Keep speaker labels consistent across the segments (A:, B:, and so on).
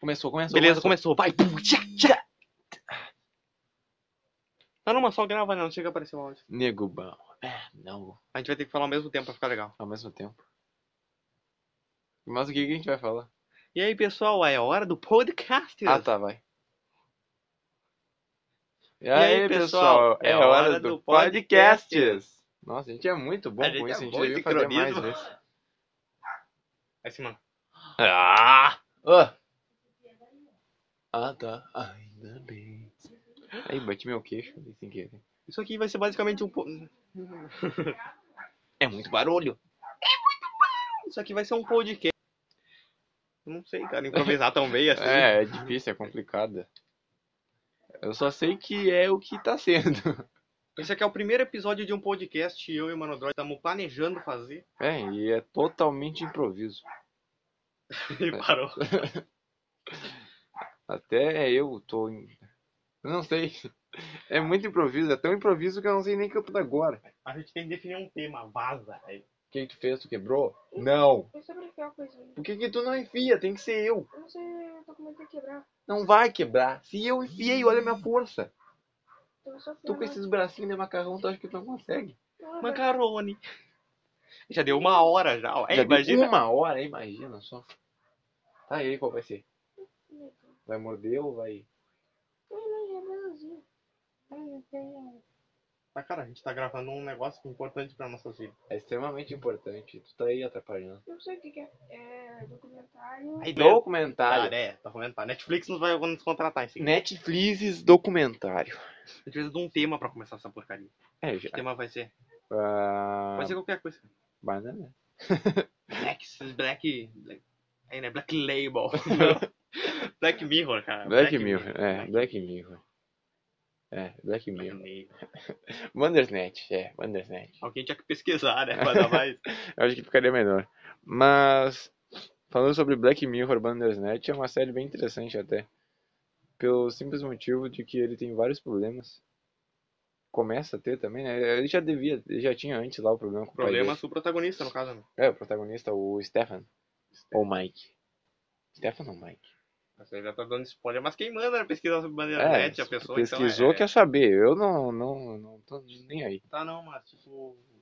A: Começou, começou.
B: Beleza, começou. Vai. Pum, tchá, tchá. Dá Tá numa só grava, não. Chega a aparecer o áudio.
A: Nego bom. É, não.
B: A gente vai ter que falar ao mesmo tempo pra ficar legal.
A: Ao mesmo tempo. Mas o que que a gente vai falar?
B: E aí, pessoal, é a hora do podcast.
A: Ah, tá, vai. E aí, pessoal, é a hora do podcasts. Nossa, a gente é muito bom
B: A
A: com
B: gente
A: isso,
B: é
A: a gente
B: bom
A: devia
B: de
A: fazer mais
B: cronismo.
A: vezes.
B: Aí, sim, mano.
A: Ah! Ah, ah tá. Ainda bem. Aí, bati meu queixo ali sem querer.
B: Isso aqui vai ser basicamente um... po-
A: É muito barulho.
B: Isso aqui vai ser um podcast. Eu não sei, cara, improvisar tão bem assim.
A: É, é difícil, é complicado. Eu só sei que é o que tá sendo.
B: Esse aqui é o primeiro episódio de um podcast eu e o Mano Droid estamos planejando fazer.
A: É, e é totalmente improviso.
B: E
A: É.
B: parou.
A: Até eu tô. em- Eu não sei. É muito improviso, é tão improviso que eu não sei nem o que eu tô agora.
B: A gente tem que definir um tema, vaza. aí.
A: O que que tu fez? Tu quebrou? Não.
C: Eu sempre enfiar a coisinha.
A: Por que que tu não enfia? Tem que ser eu.
C: Eu não sei, eu tô com medo de quebrar.
A: Não vai quebrar. Se eu enfiei, olha a minha força.
C: Tô só
A: Tu com esses bracinhos de macarrão, tu acha que tu não consegue?
B: Macarone. Já deu uma hora já, ó. É,
A: Já deu
B: imagina.
A: uma hora, imagina só. Tá aí, qual vai ser? Vai morder ou vai...
C: é
B: Mas, cara, a gente tá gravando um negócio importante pra nossas vidas.
A: É extremamente importante. Tu tá aí atrapalhando.
C: Eu não sei o que, que é. É documentário.
B: Aí, né?
A: Documentário.
B: Cara, é, tá comentar. Netflix nos vai nos contratar, assim.
A: Né? Netflix documentário.
B: A gente precisa de um tema pra começar essa porcaria.
A: É,
B: Que
A: já.
B: tema vai ser?
A: Ah,
B: Vai ser qualquer coisa.
A: Banana.
B: Black, esses Black... Black... Aí, né? Black Label. Black Mirror, cara.
A: Ah, Black, Mirror. É, Black Mirror. É, Black
B: Black
A: Mirror.
B: Mirror.
A: Wandersnet, é, Wandersnet.
B: Alguém tinha que pesquisar, né? Pra dar mais.
A: Eu acho que ficaria melhor. Mas, falando sobre Black Mirror, Bandersnet é uma série bem interessante até. Pelo simples motivo de que ele tem vários problemas. Começa a ter também, né? Ele já devia, ele já tinha antes lá o problema com o pai dele.
B: Problemas com o protagonista, no caso. né?
A: É, o protagonista, o Stefan. Ou Mike. Stefan ou Mike?
B: Você já tá dando spoiler, mas quem manda pesquisar sobre bandeira
A: É,
B: net, a pessoa
A: pesquisou, é-
B: então, é,
A: quer saber. Eu não, não, não tô nem aí.
B: Tá não, mas tipo... acho que-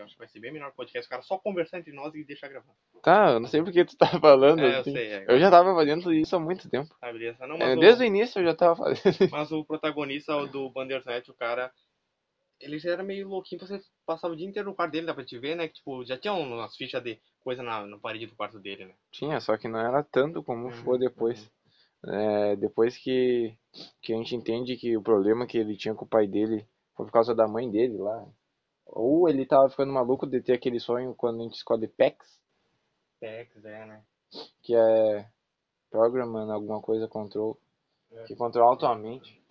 B: Acho que vai ser bem melhor o podcast, cara. Só conversar entre nós e deixar gravar.
A: Tá, eu não sei porque tu tá falando
B: É, eu
A: assim.
B: sei. É,
A: Eu já tava fazendo isso há muito tempo.
B: tá, beleza. Não, mas,
A: É,
B: o,
A: desde o início eu já tava fazendo.
B: mas o protagonista do Bandersnet, o cara... Ele já era meio louquinho, você passava o dia inteiro no quarto dele, dá pra te ver, né? Que, tipo, já tinha umas fichas de coisa na, na parede do quarto dele, né?
A: Tinha, só que não era tanto como
B: Uhum,
A: ficou depois. É, depois que, que a gente entende que o problema que ele tinha com o pai dele foi por causa da mãe dele lá. Ou ele tava ficando maluco de ter aquele sonho quando a gente escolhe PEX,
B: Tex, é, né?
A: que é programando alguma coisa control,
B: É.
A: que controla a tua mente.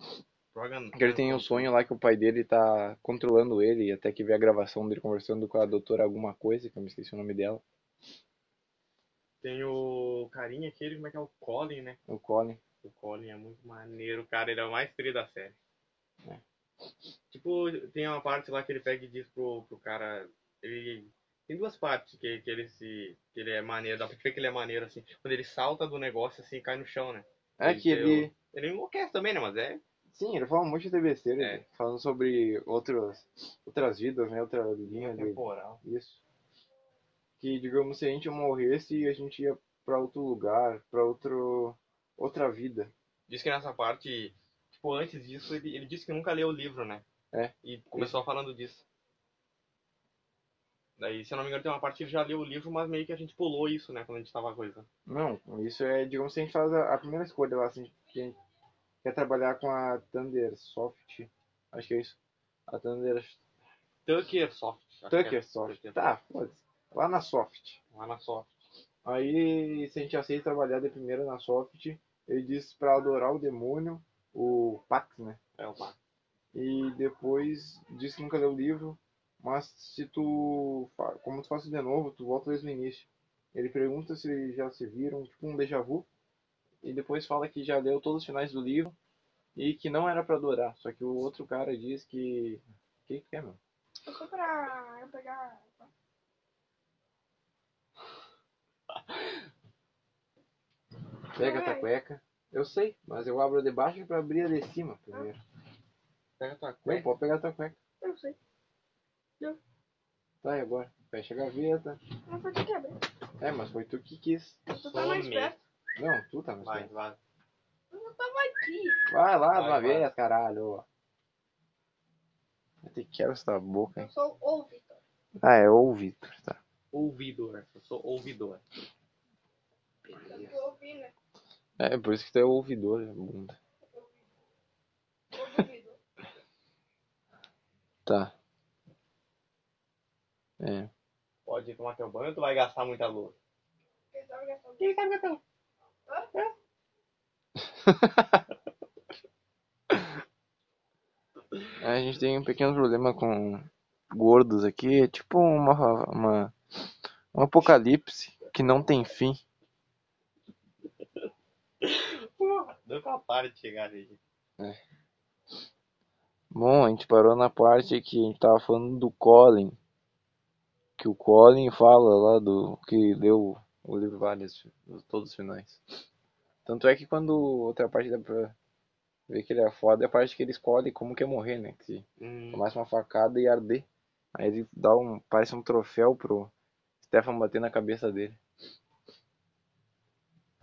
B: Program...
A: Que ele tem um sonho lá que o pai dele tá controlando ele, e até que vê a gravação dele conversando com a doutora alguma coisa, que eu me esqueci o nome dela,
B: Tem o carinha aquele, como é que é? O Colin, né?
A: o Colin.
B: O Colin é muito maneiro, cara. Ele é o mais tri da série. Tipo, tem uma parte lá que ele pega e diz pro, pro cara. Ele. Tem duas partes que, que ele se. que ele é maneiro, dá pra ver que ele é maneiro, assim. Quando ele salta do negócio assim e cai no chão, né?
A: É
B: Ele
A: que
B: tem
A: ele.
B: Ele enlouquece também, né? Mas é.
A: Sim, ele fala um monte de besteira,
B: É.
A: né? falando sobre outros, outras vidas, né? Outra
B: É,
A: linha de
B: temporal.
A: isso. Que, digamos, se a gente morresse, a gente ia pra outro lugar, pra outro, outra vida.
B: Diz que nessa parte. Tipo, antes disso, ele, ele disse que nunca leu o livro, né?
A: É.
B: E começou falando disso. Daí, se eu não me engano, tem uma parte que ele já leu o livro, mas meio que a gente pulou isso, né? Quando a gente tava coisa.
A: Não, isso é, digamos, se a gente faz a, a primeira escolha lá, se a gente quer, quer trabalhar com a Thundersoft, acho que é isso. A Thunder,
B: Tucker Soft. acho que é.
A: Tuckersoft, tá, foda-se. Lá na Soft.
B: Lá na Soft.
A: Aí, se a gente aceita trabalhar de primeira na Soft, ele diz pra adorar o demônio, o Pax, né?
B: É o Pax.
A: E depois diz que nunca leu o livro, mas se tu, fa- como tu faz de novo, tu volta desde o início. Ele pergunta se já se viram, tipo um déjà vu, e depois fala que já leu todos os finais do livro e que não era pra adorar, só que o outro cara diz que... O que que é, meu?
C: Eu só pra eu pegar.
A: Pega tua cueca. Eu sei, mas eu abro a de baixo pra abrir a de cima primeiro.
B: Pega tua
A: Não,
B: cueca.
A: pode pegar tua cueca.
C: Eu não sei.
A: Tá, e agora? Fecha a gaveta.
C: Não foi que quebrei.
A: É, mas foi tu que quis.
C: Tu tá mais
B: Some.
C: perto.
A: Não, tu tá mais
B: Vai,
A: perto.
B: vai.
C: Eu tava aqui.
A: Vai lá
B: Vai,
A: de uma
B: vai.
A: vez, caralho. Eu te quero essa boca, hein?
C: Eu sou o Vitor.
A: Ah, é o Vitor, tá.
B: Ouvidor. né? Eu sou ouvidor.
C: Eu tô ouvindo, né?
A: É, por isso que tu é ouvidor, né, bunda.
C: Ouvido.
A: Tá. É.
B: Pode tomar teu banho ou tu vai gastar muita luz?
C: Ele tava gastando.
B: Quem sabe que eu tô?
A: A gente tem um pequeno problema com gordos aqui. É tipo uma, uma, um apocalipse que não tem fim.
B: Porra, nunca para de chegar, gente.
A: Bom, a gente parou na parte que a gente tava falando do Colin. Que o Colin fala lá do que deu o livro várias, todos os finais. Tanto é que quando outra parte dá pra ver que ele é foda, é a parte que ele escolhe como quer morrer, né? Que se
B: Hum,
A: tomasse uma facada e arder. Aí ele dá um, parece um troféu pro Stefan bater na cabeça dele.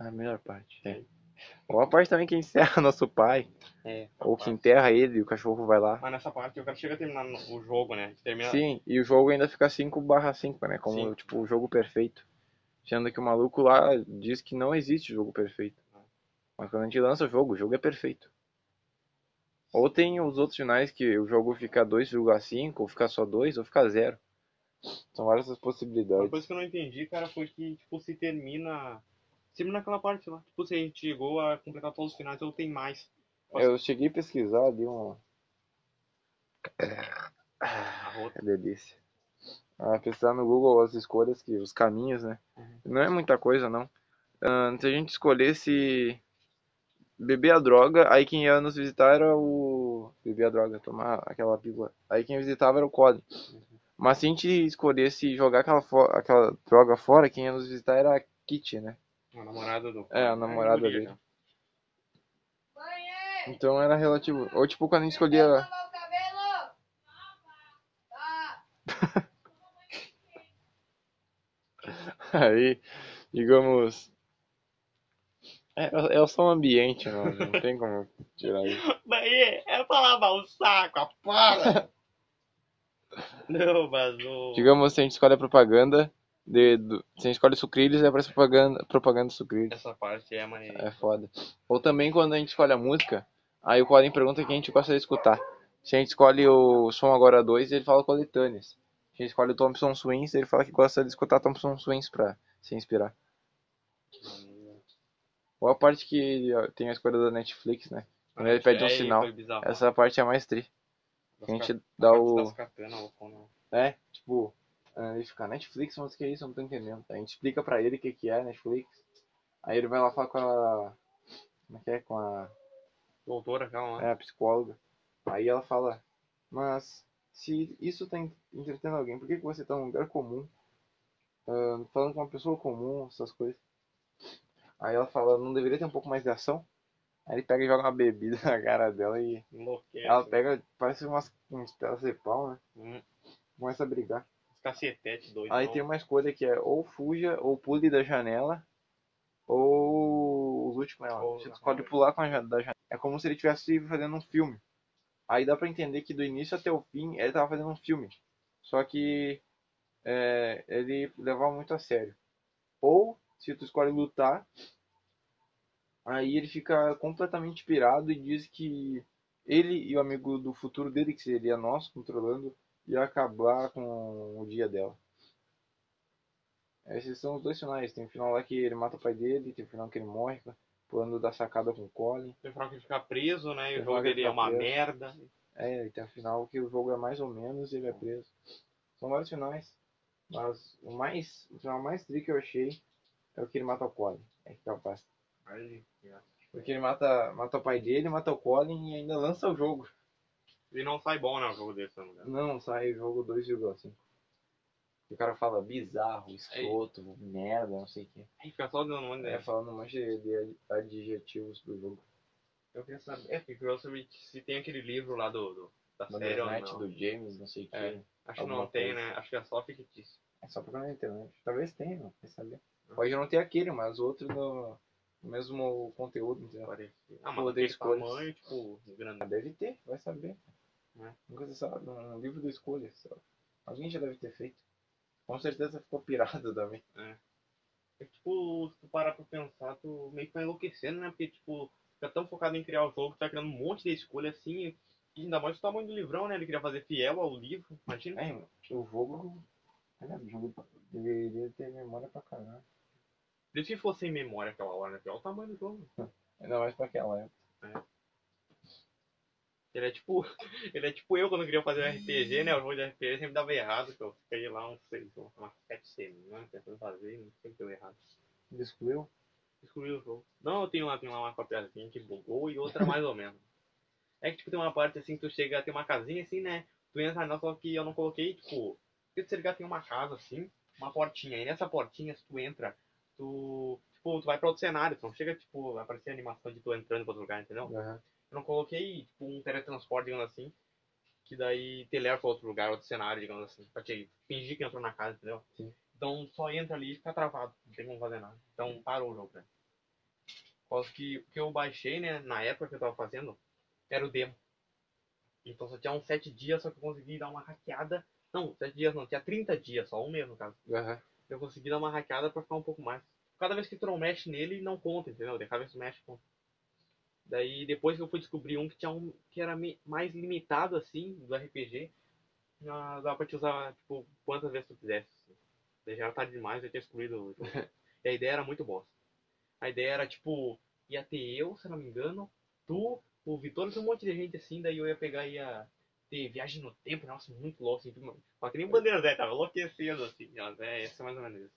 A: A melhor parte, é. Ou a parte também que encerra nosso pai,
B: é.
A: ou que enterra ele e o cachorro vai lá.
B: Mas nessa parte o cara chega a terminar no- o jogo, né? A gente termina.
A: Sim, e o jogo ainda fica 5 barra 5, né? Como,
B: Sim.
A: tipo, o jogo perfeito. Sendo que o maluco lá diz que não existe jogo perfeito. Mas quando a gente lança o jogo, o jogo é perfeito. Ou tem os outros finais que o jogo fica 2,5, ou fica só 2, ou fica 0. São várias as
B: Uma
A: possibilidades.
B: coisa que eu não entendi, cara, foi que, tipo, se termina. Se termina aquela parte lá. Tipo, se a gente chegou a completar todos os finais, ou tem mais. posso-
A: Eu cheguei a pesquisar ali uma
B: A rota.
A: é delícia. Ah, pesquisar no Google as escolhas, que os caminhos, né? Não é muita coisa, não. Ah, se a gente escolhesse beber a droga, aí quem ia nos visitar era o. Beber a droga, tomar aquela pílula. Aí quem visitava era o Colin. Mas se a gente escolhesse jogar aquela, fo- aquela droga fora, quem ia nos visitar era a Kitty, né?
B: A namorada do.
A: É, a namorada
B: guria,
A: dele.
B: né?
C: Mãe,
A: Então era relativo. Ou tipo quando a gente
C: eu vou
A: escolhia.
C: lavar o cabelo. Tá.
A: Aí, digamos. É, é só um ambiente, mano. Não tem como tirar isso.
B: Daí, é pra lavar o saco, a para! Não, mas o.
A: Digamos, se a gente escolhe a propaganda, de, do- se a gente escolhe sucrilhos, é pra essa propaganda, propaganda de sucrilhos.
B: Essa parte é maneira.
A: É foda. Ou também quando a gente escolhe a música, aí o Colin pergunta quem a gente gosta de escutar. Se a gente escolhe o Som Agora 2, ele fala coletâneas. Se a gente escolhe o Thompson Swings, ele fala que gosta de escutar Thompson Swings pra se inspirar. É. Ou a parte que ó, tem a escolha da Netflix, né? Quando ele pede um
B: Aí
A: sinal.
B: É, foi bizarro.
A: Essa parte é a mais tri.
B: Das
A: Que a gente
B: ca-
A: dá
B: das
A: o.
B: katana, loucão, né?
A: né? Tipo, ah, ele fica, Netflix, mas o que é isso? Eu não tô entendendo. A gente explica pra ele o que que é Netflix. Aí ele vai lá falar com a. Como é que é? Com a.
B: Doutora, calma lá.
A: É, a psicóloga. Aí ela fala, mas se isso tá en- entretendo alguém, por que que você tá num lugar comum? Ah, falando com uma pessoa comum, essas coisas. Aí ela fala, não deveria ter um pouco mais de ação? Aí ele pega e joga uma bebida na cara dela e
B: Enlouquece.
A: ela pega, parece umas, uns pedaços de pau, né?
B: Hum,
A: Começa a brigar.
B: os cacetete doido.
A: Aí tem uma escolha que é ou fuja, ou pule da janela, ou os últimos, né?
B: Ou-
A: Você escolhe pular com a ja- da janela. É como se ele estivesse fazendo um filme. Aí dá pra entender que do início até o fim ele tava fazendo um filme. Só que é, ele levava muito a sério. Ou, se tu escolhe lutar, aí ele fica completamente pirado e diz que ele e o amigo do futuro dele, que seria nós, controlando, ia acabar com o dia dela. Esses são os dois finais. Tem o final lá que ele mata o pai dele, tem o final que ele morre, pulando da sacada com o Colin.
B: Tem que ele fica preso, né? E
A: Tem
B: o jogo
A: que ele
B: dele é
A: fica
B: uma
A: preso.
B: merda.
A: É, e tem o final que o jogo é mais ou menos e ele é preso. São vários finais. Mas o mais. O final mais tri que eu achei é o que ele mata o Colin. É capaz.
B: Aí, é.
A: Porque ele mata, mata o pai dele, mata o Colin e ainda lança o jogo.
B: E não sai bom, né? O jogo desse, se eu não me engano.
A: Não, sai o jogo 2,5. E o cara fala bizarro, escroto, merda, não sei o quê.
B: Aí fica só dando um monte
A: É,
B: de...
A: falando um monte de- de adjetivos pro jogo.
B: Eu queria saber, é, fiquei curioso sobre se tem aquele livro lá do, do- da série
A: Bandeira
B: ou
A: Night
B: não.
A: do James, Tá não sei o quê.
B: É. Acho que
A: alguma
B: não tem,
A: coisa.
B: né? Acho que é só fictício.
A: É só procurar na internet. Talvez tenha, não vai saber. Pode não ter aquele, mas outro do do mesmo conteúdo, entendeu?
B: Parece. Ah,
A: Pô,
B: mas
A: dei
B: tem
A: escolhas.
B: tamanho, tipo, grande.
A: Ah, deve ter, vai saber.
B: É.
A: Nunca se sabe, um livro do escolha. sabe? Alguém já deve ter feito. Com certeza ficou pirado também.
B: É tipo, se tu parar pra pensar, tu meio que vai enlouquecendo, né? Porque, tipo, fica tão focado em criar o jogo, tá criando um monte de escolha assim. E ainda mais o tamanho do livrão, né? Ele queria fazer fiel ao livro, imagina.
A: É, mano, o jogo. Cara, o jogo deveria ter memória pra caralho.
B: Desde que fosse em memória aquela hora, né? Porque Olha o tamanho do jogo.
A: Ainda mais pra aquela época.
B: Ele é tipo. Ele é tipo eu quando queria fazer um RPG, né? O jogo de RPG sempre dava errado, que eu fiquei lá uns seis, umas sete semanas tentando fazer e sempre deu errado.
A: Ele excluiu?
B: excluiu o jogo. Não, eu tenho lá, tenho lá uma copiazinha que bugou e outra mais ou menos. É que tipo, tem uma parte assim que tu chega, tem uma casinha assim, né? Tu entra nela, só que eu não coloquei, tipo, porque tu ligar tem uma casa assim, uma portinha, e nessa portinha, se tu entra, tu. Tipo, tu vai pra outro cenário, tu não chega, tipo, vai aparecer a animação de tu entrando pra outro lugar, entendeu?
A: Aham.
B: Eu não coloquei, tipo, um teletransporte, digamos assim, que daí te leva pra outro lugar, outro cenário, digamos assim, pra te fingir que entrou na casa, entendeu?
A: Sim.
B: Então só entra ali e fica travado, não tem como fazer nada. Então parou o jogo, né? Por causa que o que eu baixei, né, na época que eu tava fazendo, era o demo. Então só tinha uns 7 dias, só que eu consegui dar uma hackeada. Não, 7 dias não, tinha 30 dias, só um mês no caso.
A: Aham.
B: Eu consegui dar uma hackeada pra ficar um pouco mais. Cada vez que tu não mexe nele, não conta, entendeu? Daí, Cada vez que tu mexe, conta. Daí depois que eu fui descobrir um que tinha um que era me- mais limitado assim, do RPG, ah, dava pra te usar, tipo, quantas vezes tu quisesse. assim. Daí já era tarde demais, eu tinha excluído o jogo. e a ideia era muito bosta. A ideia era, tipo, ia ter eu, se não me engano, tu, o Vitor, tinha um monte de gente assim, daí eu ia pegar e ia ter viagem no tempo, nossa, muito louco, assim, tipo, mas que nem Bandeira Zé, tava enlouquecendo, assim, mas é, essa é mais ou menos isso.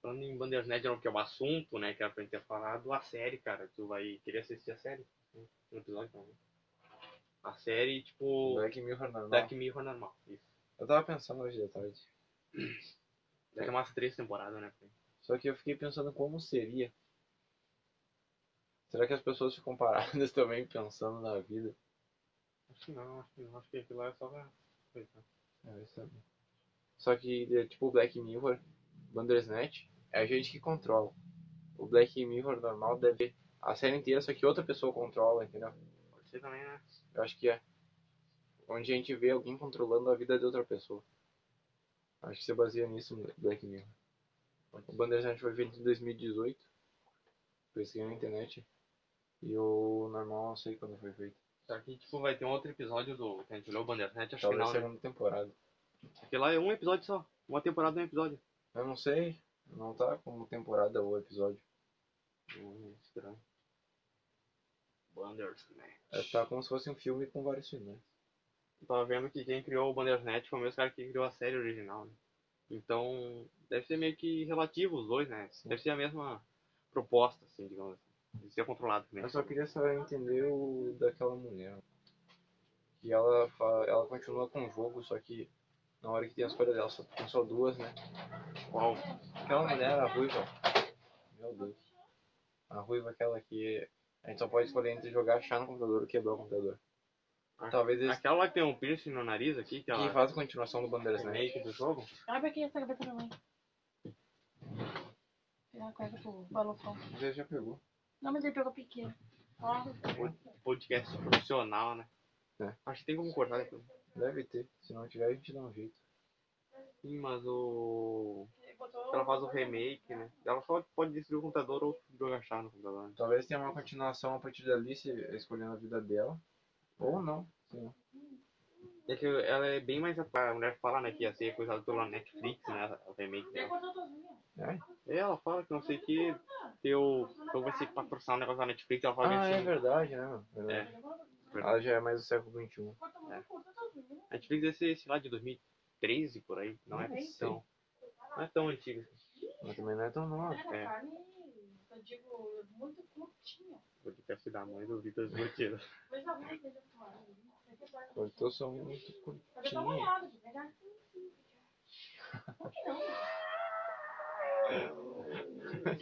B: Falando em Bandersnet, não, que é o assunto, né, que era pra gente ter falado, a série, cara, tu vai querer assistir a série? No episódio, não. né? A série, tipo,
A: Black Mirror normal.
B: Black Mirror é normal, isso.
A: Eu tava pensando hoje de tarde.
B: Deve ter umas três temporadas, né?
A: Só que eu fiquei pensando como seria. Será que as pessoas ficam paradas também pensando na vida?
B: Acho que não, acho que não, acho que aquilo lá é só pra... coisa.
A: É, vai saber. Só que, é, tipo, o Black Mirror, Bandersnatch, é a gente que controla. O Black Mirror normal deve a série inteira, só que outra pessoa controla, entendeu?
B: Pode ser também, né?
A: Eu acho que é. Onde a gente vê alguém controlando a vida de outra pessoa. Acho que se baseia nisso, Black Mirror. O Bandersnatch foi feito em 2018. Pesquei na internet. E o normal não sei quando foi feito.
B: Só que, tipo, vai ter um outro episódio do... Que a gente olhou o Bandersnet, acho que
A: Talvez
B: não, né?
A: segunda temporada.
B: Porque lá é um episódio só. Uma temporada, um episódio.
A: Eu não sei. Não tá como temporada ou episódio.
B: Hum, estranho. Bandersnet.
A: É, tá como se fosse um filme com vários finais.
B: Eu tava vendo que quem criou o Bandersnet foi o mesmo cara que criou a série original, né? Então, deve ser meio que relativo os dois, né? Deve ser a mesma proposta, assim, digamos assim. De ser controlado também.
A: Eu só queria só entender o daquela mulher. Que ela, fa- ela continua com o jogo, só que na hora que tem as falhas dela, só tem só duas, né?
B: Qual?
A: Aquela mulher, a ruiva. Meu Deus. A ruiva, aquela que a gente só pode escolher entre jogar achar no computador ou quebrar o computador.
B: Ah,
A: Talvez eles
B: Aquela lá que tem um piercing no nariz aqui, que
A: que
B: ela...
A: faz a continuação do Bandeiras, né?
B: Remake do jogo?
D: Abre aqui essa cabeça da mãe. Pegar a cueca pro balofão.
A: Já já pegou.
D: Não, mas ele pegou pequeno. Ah,
B: Um Podcast profissional, né?
A: É.
B: Acho que tem como cortar depois.
A: Deve ter. Se não tiver, a gente dá um jeito.
B: Sim, mas o...
D: ele botou-
B: Ela faz o remake, né? Ela só pode destruir o computador ou jogar chá no computador. né?
A: Talvez tenha uma continuação a partir dali, se escolhendo a vida dela. Ou não. Sim.
B: É que ela é bem mais. A mulher fala, né, que ia ser coisada pela Netflix, né? O remake
D: Ele
B: dela.
D: botou sozinho.
A: É?
B: Ela fala que não sei o que. Teu jogo vai ser patrocinar um negócio da Netflix. Ela fala
A: Ah, é
B: assim.
A: verdade, né, mano? Verdade.
D: Ele botou-
A: Ela já é mais do século XXI.
D: botou- botou sozinho.
B: A Netflix ia ser, sei lá, de 2013 por aí. Não é
A: Não sei.
B: tão. Não é tão antiga. assim.
A: Mas também não é tão nova.
D: Era
B: É.
D: carne, eu digo, muito curtinha.
B: Podcast da mãe do Vitor Desbloqueiro.
D: Mas a mãe dele é fora.
A: Cortou só então muito curtinho.
D: Cadê tua molhada? de pegar? Por que não?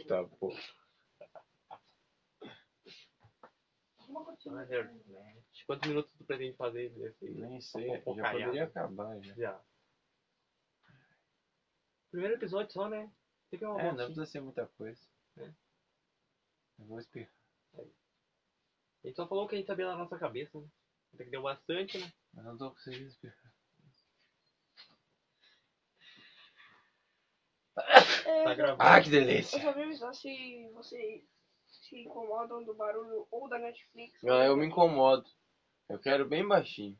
E: tá, pô.
D: Uma cortina.
B: Quantos minutos tu pretende fazer desse aí?
E: Nem sei. Já
A: Tá
B: Pô, caiado.
E: poderia acabar já.
B: Já. Primeiro episódio só, né? Tem que dar uma
E: É, não
B: voltinha.
E: precisa ser muita coisa. né?
B: É.
E: Eu vou espirrar.
B: A gente só falou o que a gente sabia na nossa cabeça, né? Até que deu bastante, né?
E: Mas eu não tô conseguindo espirrar.
C: É,
B: Tá gravando.
E: Ah, que
C: Eu
E: delícia!
C: só vim avisar se vocês se incomodam do barulho ou da Netflix.
E: Ah, eu me incomodo. Eu quero bem baixinho.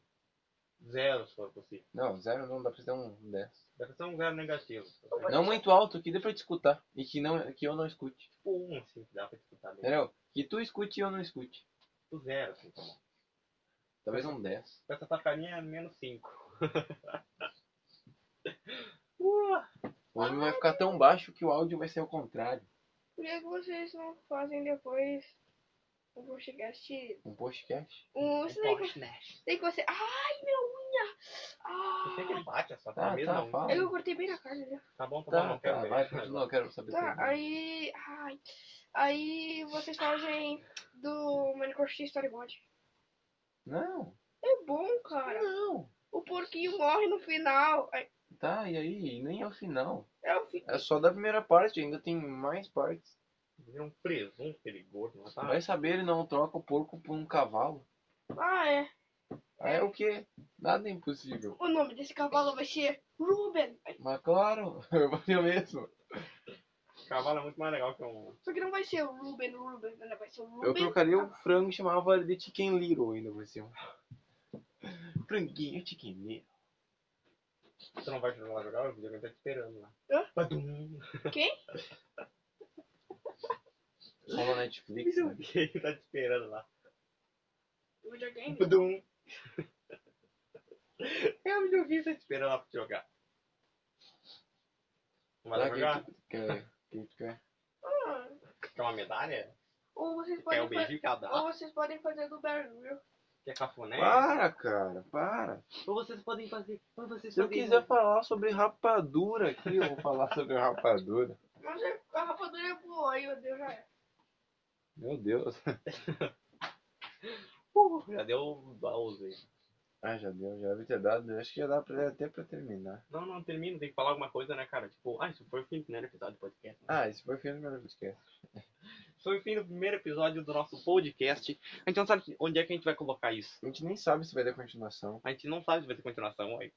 B: Zero, se for possível.
E: Não, zero não, dá pra ter um 10.
B: Deve ser um zero negativo.
E: Não muito alto, que dê pra te escutar. E que, não, que eu não escute.
B: Tipo um, assim, que dá pra escutar mesmo.
E: Entendeu? Que tu escute e eu não escute.
B: Tipo zero, assim, tá bom.
E: Talvez um 10.
B: Com essa facaninha, menos cinco.
E: O volume vai ficar tão baixo que o áudio vai ser ao contrário.
C: Por que vocês não fazem depois um podcast?
E: Um postcast.
C: Um. Isso daí que,
B: Porsche Nash.
C: daí que Ah, você. Ai, minha unha!
B: Por que que
C: Ah!
B: ele bate essa
E: Tá,
B: cabeça?
E: tá,
B: não?
E: fala.
C: Eu cortei bem na cara já.
B: Tá bom, tá, bom,
E: Tá,
B: não quero
E: tá,
B: ver.
E: vai, continua, eu quero saber.
C: Tá,
E: tudo.
C: aí. Ai. Aí vocês fazem do Minecraft Storyboard.
E: Não,
C: É bom, cara.
E: não.
C: O porquinho morre no final. Ai,
E: Tá, e aí? Nem é o final.
C: É o fim.
E: É só da primeira parte, ainda tem mais partes.
B: Vira um presunto, aquele gordo, não tá?
E: Vai saber, ele não troca o porco por um cavalo.
C: Ah, é.
E: Aí é o quê? Nada é impossível.
C: O nome desse cavalo vai ser Ruben. Ai,
E: Mas claro, eu faria mesmo.
B: Cavalo é muito mais legal que um.
C: Só que não vai ser o Ruben, Ruben. né? Vai ser o Ruben.
E: Eu trocaria o frango e chamava ele de Chicken Little ainda por cima. Franguinho Chicken Little.
B: Tu não vai jogar jogar, o videogame tá te esperando lá.
C: Hã?
B: Badum.
C: Quem?
E: Só na Netflix.
B: Isso é o
E: Né?
B: que ele tá te esperando lá.
C: O videogame?
B: Badum. É o videogame tá te esperando lá pra te jogar. Vai lá
E: Tá,
B: jogar?
E: que, que, que, que, que,
C: Ah,
B: Quer uma medalha?
C: Ou vocês
B: Quer
C: podem
B: um beijinho que ela dá?
C: Ou vocês podem fazer do barulho.
B: Quer cafuné?
E: Para, cara, para.
B: Ou vocês podem fazer. Ou vocês
E: Se eu
B: podem-
E: quiser falar sobre rapadura aqui, eu vou falar sobre rapadura.
C: Mas é- a rapadura é boa, aí meu Deus já é.
E: Meu Deus.
B: Uh, já deu o Bowser.
E: Ah, já deu, já deve ter dado. eu Acho que já dá pra, até pra terminar.
B: Não, não, termina, tem que falar alguma coisa, né, cara? Tipo, ah, isso foi o fim do primeiro episódio do podcast. né?
E: Ah, esse foi o fim do meu podcast.
B: Isso foi o fim do primeiro episódio do nosso podcast. A gente não sabe onde é que a gente vai colocar isso.
E: A gente nem sabe se vai ter continuação.
B: A gente não sabe se vai ter continuação aí.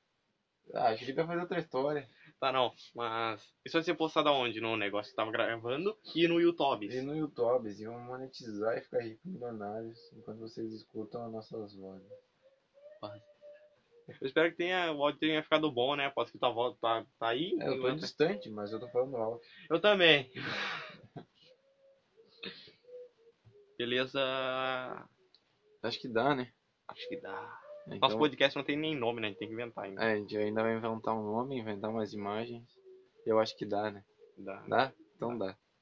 E: Ah, acho que vai fazer outra história.
B: Tá, não. Mas isso vai ser postado aonde? No negócio que tava gravando e no YouTube.
E: E no YouTube, eles iam monetizar e ficar ricos milionários enquanto vocês escutam as nossas vozes.
B: Eu espero que tenha, o áudio tenha ficado bom, né? Posso que tá, vo- tá, tá aí.
E: É, eu tô distante, mas eu tô falando alto.
B: Eu também. Beleza.
E: Acho que dá, né?
B: Acho que dá. Nosso
E: Então,
B: podcast não tem nem nome, né? A gente tem que inventar ainda.
E: é, a gente ainda vai inventar um nome, inventar umas imagens. Eu acho que dá, né?
B: Dá.
E: Dá? Então dá.